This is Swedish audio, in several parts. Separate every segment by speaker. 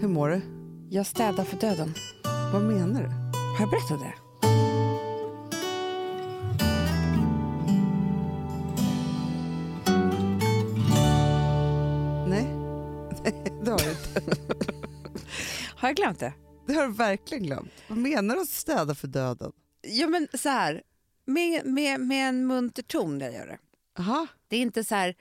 Speaker 1: Hur mår du?
Speaker 2: Jag städar för döden.
Speaker 1: Vad menar du?
Speaker 2: Har jag berättat det?
Speaker 1: Nej, Nej det har du inte.
Speaker 2: Har jag glömt det?
Speaker 1: Det har du verkligen glömt. Vad menar du att städa för döden?
Speaker 2: Ja, men så här. Med, med, med en munter ton när jag gör det.
Speaker 1: Aha.
Speaker 2: Det är inte så här,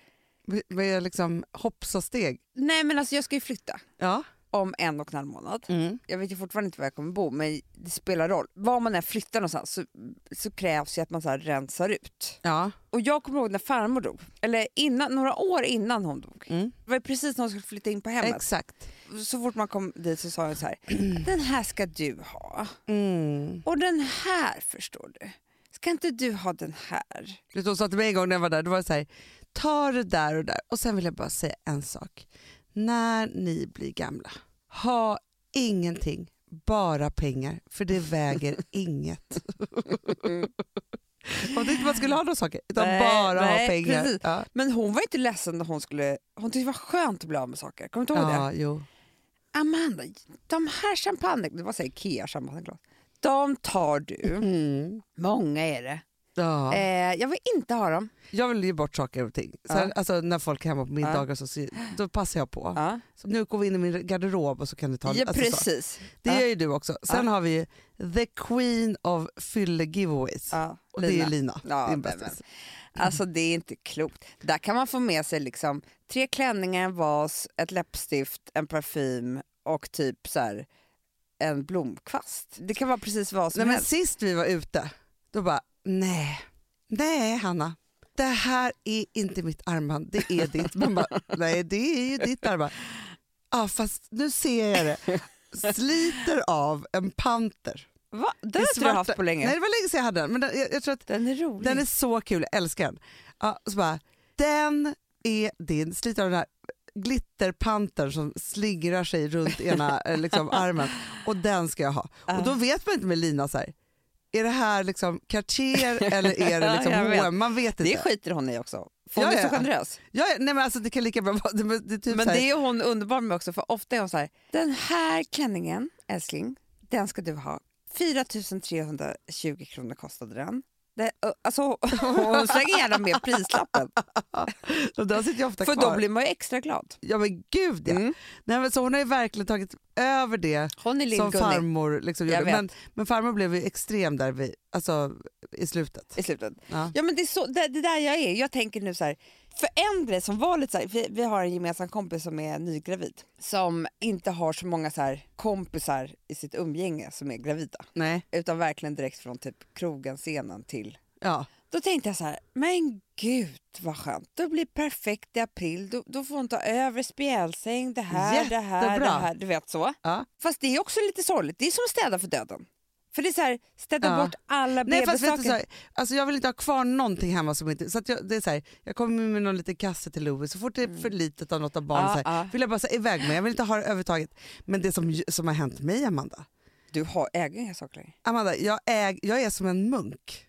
Speaker 1: Med- Med liksom hoppsasteg?
Speaker 2: nej men alltså jag ska ju flytta
Speaker 1: Ja.
Speaker 2: om en och en halv månad. Jag vet ju fortfarande inte var jag kommer bo men det spelar roll. Var man än flyttar någonstans så, så krävs ju att man så här rensar ut.
Speaker 1: Ja.
Speaker 2: Och jag kommer ihåg när farmor dog, eller innan, några år innan hon dog.
Speaker 1: Mm.
Speaker 2: Det var ju precis när hon skulle flytta in på hemmet.
Speaker 1: Exakt.
Speaker 2: så fort man kom dit så sa hon så här, den här ska du ha.
Speaker 1: Mm.
Speaker 2: Och den här förstår du. Ska inte du ha den här?
Speaker 1: Vet du, Hon sa till mig en gång när jag var där, det var så här, ta det där och där. Och sen vill jag bara säga en sak. När ni blir gamla, ha ingenting, bara pengar, för det väger inget. Om det inte man skulle ha några saker, utan
Speaker 2: Nej,
Speaker 1: bara ha
Speaker 2: nej,
Speaker 1: pengar.
Speaker 2: precis.
Speaker 1: Ja.
Speaker 2: Men hon var inte ledsen när hon skulle, hon tyckte det var skönt att bli av med saker. Kommer du inte ihåg det?
Speaker 1: Ja, jo.
Speaker 2: Amanda, de här champagne, det var så här Ikea champagneglas, de tar du.
Speaker 1: Mm.
Speaker 2: Många är det.
Speaker 1: Ja.
Speaker 2: Eh, jag vill inte ha dem.
Speaker 1: Jag vill ge bort saker och ting. Så här,
Speaker 2: Ja.
Speaker 1: alltså, när folk är hemma på middagar så, så, då passar jag på.
Speaker 2: Ja,
Speaker 1: Så nu går vi in i min garderob och så kan du ta
Speaker 2: ja
Speaker 1: alltså så.
Speaker 2: precis.
Speaker 1: Det
Speaker 2: Ja.
Speaker 1: gör ju du också. Sen har vi ju the queen of fylle-giveaways.
Speaker 2: Ja,
Speaker 1: Och det är ju
Speaker 2: Lina.
Speaker 1: Lina,
Speaker 2: Ja,
Speaker 1: din
Speaker 2: men-
Speaker 1: bästis.
Speaker 2: Alltså det är inte klokt. Där kan man få med sig liksom tre klänningar, en vas, ett läppstift, en parfym och typ så här en blomkvast. Det kan vara precis vad som
Speaker 1: Nej, men
Speaker 2: helst.
Speaker 1: sist vi var ute, då bara nej, nej Hanna. Det här är inte mitt armband, det är ditt. Man bara, nej det är ju ditt armband. Ja fast nu ser jag det. Sliter av en panter.
Speaker 2: Va? Det har
Speaker 1: I
Speaker 2: inte du haft
Speaker 1: svarta-
Speaker 2: på länge.
Speaker 1: Nej det var länge sedan jag hade den. Men den, jag, jag tror att
Speaker 2: den är rolig.
Speaker 1: Den är så kul, jag älskar den. Ja, och så bara, den är din, slit av den här glitterpantern som slingrar sig runt ena eh, liksom, armen och den ska jag ha. Och
Speaker 2: Ah.
Speaker 1: då vet man inte med Lina så här, är det här liksom Cartier eller är det
Speaker 2: Ja,
Speaker 1: liksom
Speaker 2: jag vet.
Speaker 1: H&M? Man vet
Speaker 2: det
Speaker 1: inte.
Speaker 2: skiter hon i också. För hon
Speaker 1: Ja,
Speaker 2: är
Speaker 1: ja,
Speaker 2: så
Speaker 1: ja.
Speaker 2: generös.
Speaker 1: Ja, ja, nej, men alltså, det kan lika bra vara, det, men det är typ
Speaker 2: Men
Speaker 1: så här,
Speaker 2: det är hon underbar med också för ofta är hon så här, den här klänningen älskling, den ska du ha. 4320 kronor kostade den. Det, alltså, hon slänger gärna med prislappen
Speaker 1: och då sitter jag ofta
Speaker 2: för
Speaker 1: kvar.
Speaker 2: då blir man ju extra glad.
Speaker 1: Ja men gud ja.
Speaker 2: Mm.
Speaker 1: Nej, men, så hon har ju verkligen tagit över det
Speaker 2: Hon är
Speaker 1: som
Speaker 2: lillgullig
Speaker 1: farmor liksom,
Speaker 2: Jag
Speaker 1: gjorde.
Speaker 2: vet.
Speaker 1: Men, men farmor blev ju extrem där vid, alltså, i slutet.
Speaker 2: i slutet.
Speaker 1: Ja.
Speaker 2: Ja, men det, är så, det, det där jag är. Jag tänker nu så här, för en grej som var lite så här, vi, vi har en gemensam kompis som är nygravid som inte har så många så här kompisar i sitt umgänge som är gravida
Speaker 1: Nej.
Speaker 2: utan verkligen direkt från typ krogen, scenen till
Speaker 1: Ja.
Speaker 2: då tänkte jag så här, men gud vad skönt, då blir det perfekt i april, då, då får hon ta över spjälsäng, det här, det här, det
Speaker 1: Jättebra.
Speaker 2: här, du vet så.
Speaker 1: Ja.
Speaker 2: Fast det är också lite sorgligt, det är som att städa för döden. För det är så här, städa
Speaker 1: Ja.
Speaker 2: bort alla
Speaker 1: Nej, fast vet du, så
Speaker 2: bebissaker.
Speaker 1: här, alltså jag vill inte ha kvar någonting hemma. som inte, så att jag, det är så här, jag kommer med någon liten kasse till Louis, så fort det är för litet av något av barnen
Speaker 2: Ja,
Speaker 1: så här,
Speaker 2: ja.
Speaker 1: vill jag bara säga iväg med. Jag vill inte ha det överhuvudtaget. Men det som, ju- som har hänt mig, Amanda,
Speaker 2: Du har, äger inga saker längre.
Speaker 1: Amanda jag, äg, jag är som en munk.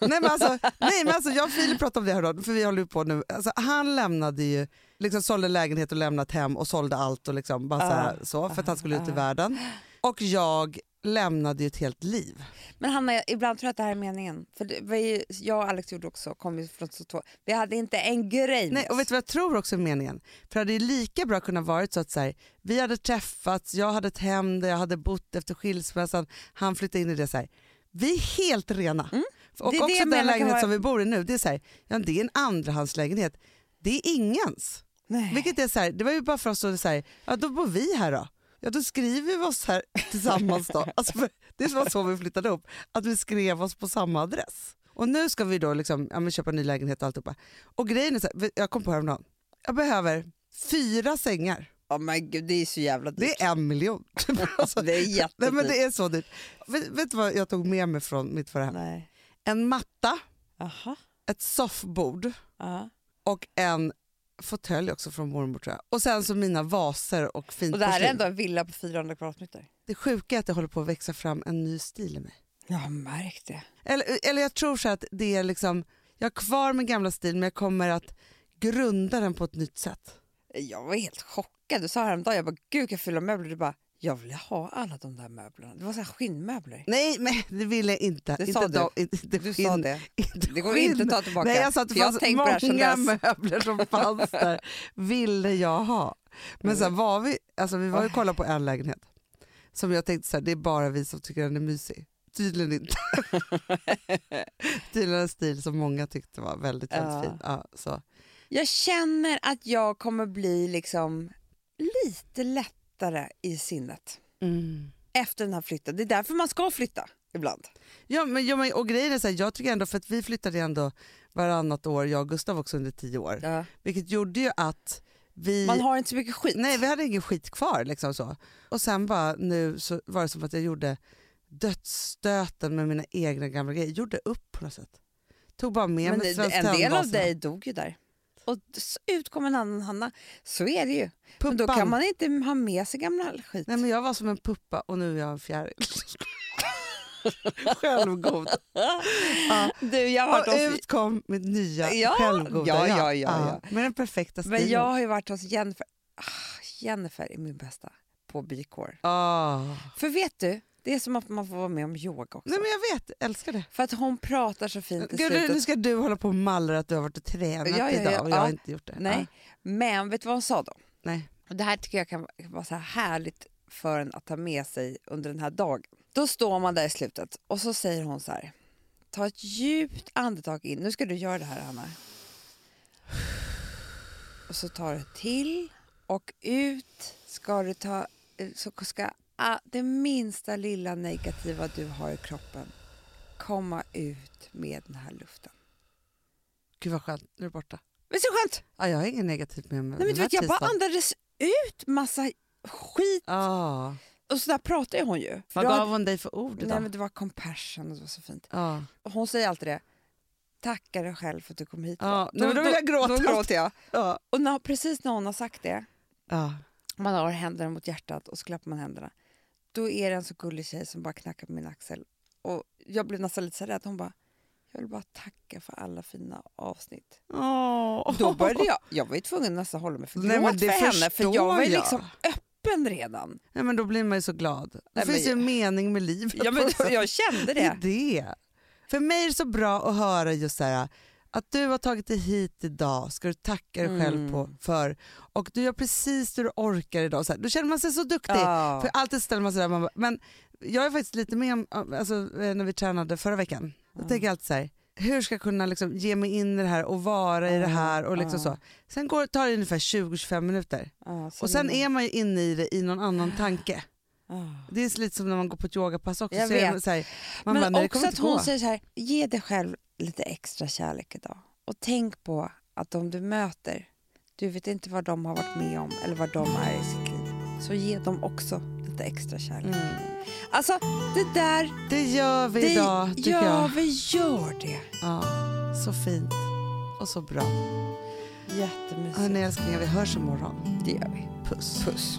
Speaker 1: nej, men alltså, nej men alltså jag och Filip pratade om det häromdagen, för vi håller ju på nu. Alltså, han lämnade ju, liksom sålde lägenhet och lämnade ett hem och sålde allt och liksom bara så, här, så för att han skulle ut i världen. Och jag lämnade ju ett helt liv.
Speaker 2: Men Hanna, jag, ibland tror jag att det här är meningen. För det var ju, jag och Alex gjorde också, kom ju från så två. Vi hade inte en grej med
Speaker 1: Nej, och
Speaker 2: oss.
Speaker 1: vet du vad jag tror också är meningen? För det hade ju lika bra kunnat varit så att så här, vi hade träffats, jag hade ett hem där jag hade bott efter skilsmässan, han flyttade in i det så här. Vi är helt rena. Och
Speaker 2: Mm. Det är det
Speaker 1: också
Speaker 2: jag
Speaker 1: den
Speaker 2: menar kan
Speaker 1: lägenhet
Speaker 2: vara-
Speaker 1: som vi bor i nu, det är så här, ja, det är en andrahandslägenhet. Det är ingens.
Speaker 2: Nej.
Speaker 1: Vilket är så här, det var ju bara för oss att säga, ja då bor vi här då. Ja då skriver vi oss här tillsammans då. Alltså, för det var så vi flyttade upp, att vi skrev oss på samma adress. Och nu ska vi då liksom, ja, men köpa en ny lägenhet och alltihopa. Och grejen är så här, jag kom på häromdagen, jag behöver fyra sängar.
Speaker 2: Ja, men gud, det är så jävla dyrt.
Speaker 1: Det är en miljon. alltså,
Speaker 2: Det är jättedyrt.
Speaker 1: nej men det är så dyrt. Vet, vet du vad jag tog med mig från mitt förra hem?
Speaker 2: Nej.
Speaker 1: En matta,
Speaker 2: Aha.
Speaker 1: ett soffbord
Speaker 2: Ja.
Speaker 1: och en fåtölj också från mormor tror jag. Och sen så mina vaser och fint
Speaker 2: Och det här är
Speaker 1: porslin.
Speaker 2: ändå en villa på 400 kvadratmeter.
Speaker 1: Det sjuka är att det håller på att växa fram en ny stil i mig.
Speaker 2: Jag har märkt det.
Speaker 1: Eller, eller jag tror så här att det är liksom, jag har kvar min gamla stil men jag kommer att grunda den på ett nytt sätt.
Speaker 2: Jag var helt chockad chockad. Du sa häromdagen, jag bara, gud jag kan fylla möbler. Du bara, jag vill ha alla de där möblerna. Det var så här skinnmöbler.
Speaker 1: Nej, men det ville jag inte.
Speaker 2: Det
Speaker 1: inte
Speaker 2: sa du.
Speaker 1: då- inte- inte
Speaker 2: Du sa
Speaker 1: skinn.
Speaker 2: det.
Speaker 1: Inte
Speaker 2: Det går
Speaker 1: skinn.
Speaker 2: inte att ta tillbaka.
Speaker 1: Nej, jag sa att det
Speaker 2: För jag har
Speaker 1: fanns
Speaker 2: tänkt på det här sedan
Speaker 1: många
Speaker 2: dess.
Speaker 1: möbler som fanns där. ville jag ha. Men sen var vi, alltså vi var ju och kollade på en lägenhet. Som jag tänkte så här, det är bara vi som tycker den är mysig. Tydligen inte. Tydligen en stil som många tyckte var väldigt, väldigt
Speaker 2: Ja.
Speaker 1: fin. Ja, så.
Speaker 2: Jag känner att jag kommer bli liksom lite lättare i sinnet Mm. efter den här flytten. Det är därför man ska flytta ibland.
Speaker 1: Ja, men, ja, men, och grejen är så här, jag tycker ändå, för att vi flyttade ändå varannat år, jag och Gustav också under tio år. Vilket gjorde ju att vi...
Speaker 2: Man har inte så mycket skit.
Speaker 1: Nej, vi hade ingen skit kvar. Liksom så. Och sen bara nu så var det som att jag gjorde dödsstöten med mina egna gamla grejer. Gjorde upp på något sätt. Tog bara med
Speaker 2: Men
Speaker 1: mig
Speaker 2: det,
Speaker 1: Svenskt
Speaker 2: en del av
Speaker 1: Tennbaserna.
Speaker 2: dig dog ju där. Och så ut kom en annan Hanna. Så är det ju. Men då
Speaker 1: Puppan.
Speaker 2: kan man inte ha med sig gammal skit.
Speaker 1: Nej, men jag var som en puppa och nu är jag en fjäril. Självgod. Ja.
Speaker 2: Du, jag har
Speaker 1: Och
Speaker 2: varit hos...
Speaker 1: ut kom mitt nya
Speaker 2: Ja,
Speaker 1: självgoda
Speaker 2: ja, ja, ja,
Speaker 1: Med den perfekta stilen.
Speaker 2: Men jag har ju varit hos Jennifer. Ah, Jennifer är min bästa på Bikår.
Speaker 1: Ah.
Speaker 2: För vet du, det är som att man får vara med om yoga också.
Speaker 1: Nej, men jag vet, älskar det.
Speaker 2: För att hon pratar så fint i
Speaker 1: Gud, nu- nu
Speaker 2: slutet.
Speaker 1: ska du hålla på och mallra att du har varit och tränat
Speaker 2: Ja, ja, ja,
Speaker 1: idag och jag har
Speaker 2: ja.
Speaker 1: inte gjort det.
Speaker 2: Nej. Men vet du vad hon sa då?
Speaker 1: Ja, nej.
Speaker 2: Och det här tycker jag kan vara så här härligt för en att ta med sig under den här dagen. Då står man där i slutet och så säger hon så här. Ta ett djupt andetag in. Nu ska du göra det här Hanna. Och så tar du till och ut ska du ta eh, så ska ah, det minsta lilla negativa du har i kroppen komma ut med den här luften.
Speaker 1: Gud vad skönt, nu är det borta.
Speaker 2: Visst är det skönt?
Speaker 1: Ja, jag har inget negativt med mig
Speaker 2: Nej, men
Speaker 1: den
Speaker 2: du vet,
Speaker 1: här
Speaker 2: jag bara
Speaker 1: tisdagen.
Speaker 2: andades ut massa skit
Speaker 1: Ja.
Speaker 2: och så där pratar ju hon ju. För
Speaker 1: Vad
Speaker 2: då hade-
Speaker 1: gav hon dig för ord
Speaker 2: Nej,
Speaker 1: idag?
Speaker 2: men det var compassion och det var så fint.
Speaker 1: Ja.
Speaker 2: Och Hon säger alltid det. Tacka dig själv för att du kom hit.
Speaker 1: Ja,
Speaker 2: Då-
Speaker 1: nej, men då vill jag gråta.
Speaker 2: Då gråter jag.
Speaker 1: Ja.
Speaker 2: Och när, precis när hon har sagt det,
Speaker 1: Ja.
Speaker 2: man har händerna mot hjärtat och så klappar man händerna. Då är det en så gullig tjej som bara knackar på min axel. Och jag blev nästan lite så här rädd. Hon bara, jag vill bara tacka för alla fina avsnitt. Då började jag, jag var ju tvungen nästan hålla mig för
Speaker 1: Nej, men
Speaker 2: gråt
Speaker 1: det
Speaker 2: för henne. För jag var ju
Speaker 1: förstår jag.
Speaker 2: liksom öppen redan.
Speaker 1: Nej, men då blir man ju så glad. Det
Speaker 2: Nej,
Speaker 1: finns ju
Speaker 2: men-
Speaker 1: en mening med livet.
Speaker 2: Ja, men
Speaker 1: på något sätt.
Speaker 2: jag kände
Speaker 1: det
Speaker 2: det.
Speaker 1: är det. För mig är det så bra att höra just så här, att du har tagit dig hit idag ska du tacka dig själv
Speaker 2: Mm.
Speaker 1: på, för och du gör precis det du orkar idag. Så här, då känner man sig så duktig.
Speaker 2: Ja.
Speaker 1: För alltid ställer man sig där, man bara, men jag är faktiskt lite med om, alltså, eh, när vi tränade förra veckan, då
Speaker 2: Mm.
Speaker 1: tänker jag alltid så här, hur ska jag kunna liksom ge mig in i det här och vara i det här och liksom
Speaker 2: Mm.
Speaker 1: så. Sen går, tar det ungefär 20-25 minuter
Speaker 2: Ja, så
Speaker 1: och sen
Speaker 2: nu-
Speaker 1: är man ju inne i det i någon annan tanke.
Speaker 2: Ah.
Speaker 1: Det är lite som när man går på ett yogapass också.
Speaker 2: Jag
Speaker 1: så är det
Speaker 2: vet.
Speaker 1: Så här, man
Speaker 2: men
Speaker 1: bara, nej, det
Speaker 2: också
Speaker 1: kommer
Speaker 2: att
Speaker 1: inte
Speaker 2: hon
Speaker 1: gå.
Speaker 2: säger så här, ge dig själv lite extra kärlek idag. Och tänk på att de du möter, du vet inte vad de har varit med om eller vad de är i sitt liv. Så ge dem också lite extra kärlek.
Speaker 1: Mm.
Speaker 2: Alltså det där,
Speaker 1: Det gör vi
Speaker 2: det,
Speaker 1: idag tycker
Speaker 2: ja
Speaker 1: jag.
Speaker 2: vi gör det.
Speaker 1: Ja, så fint och så bra.
Speaker 2: Jättemysigt.
Speaker 1: Hörni älsklingar, vi hörs imorgon.
Speaker 2: det gör vi.
Speaker 1: Puss.
Speaker 2: Puss.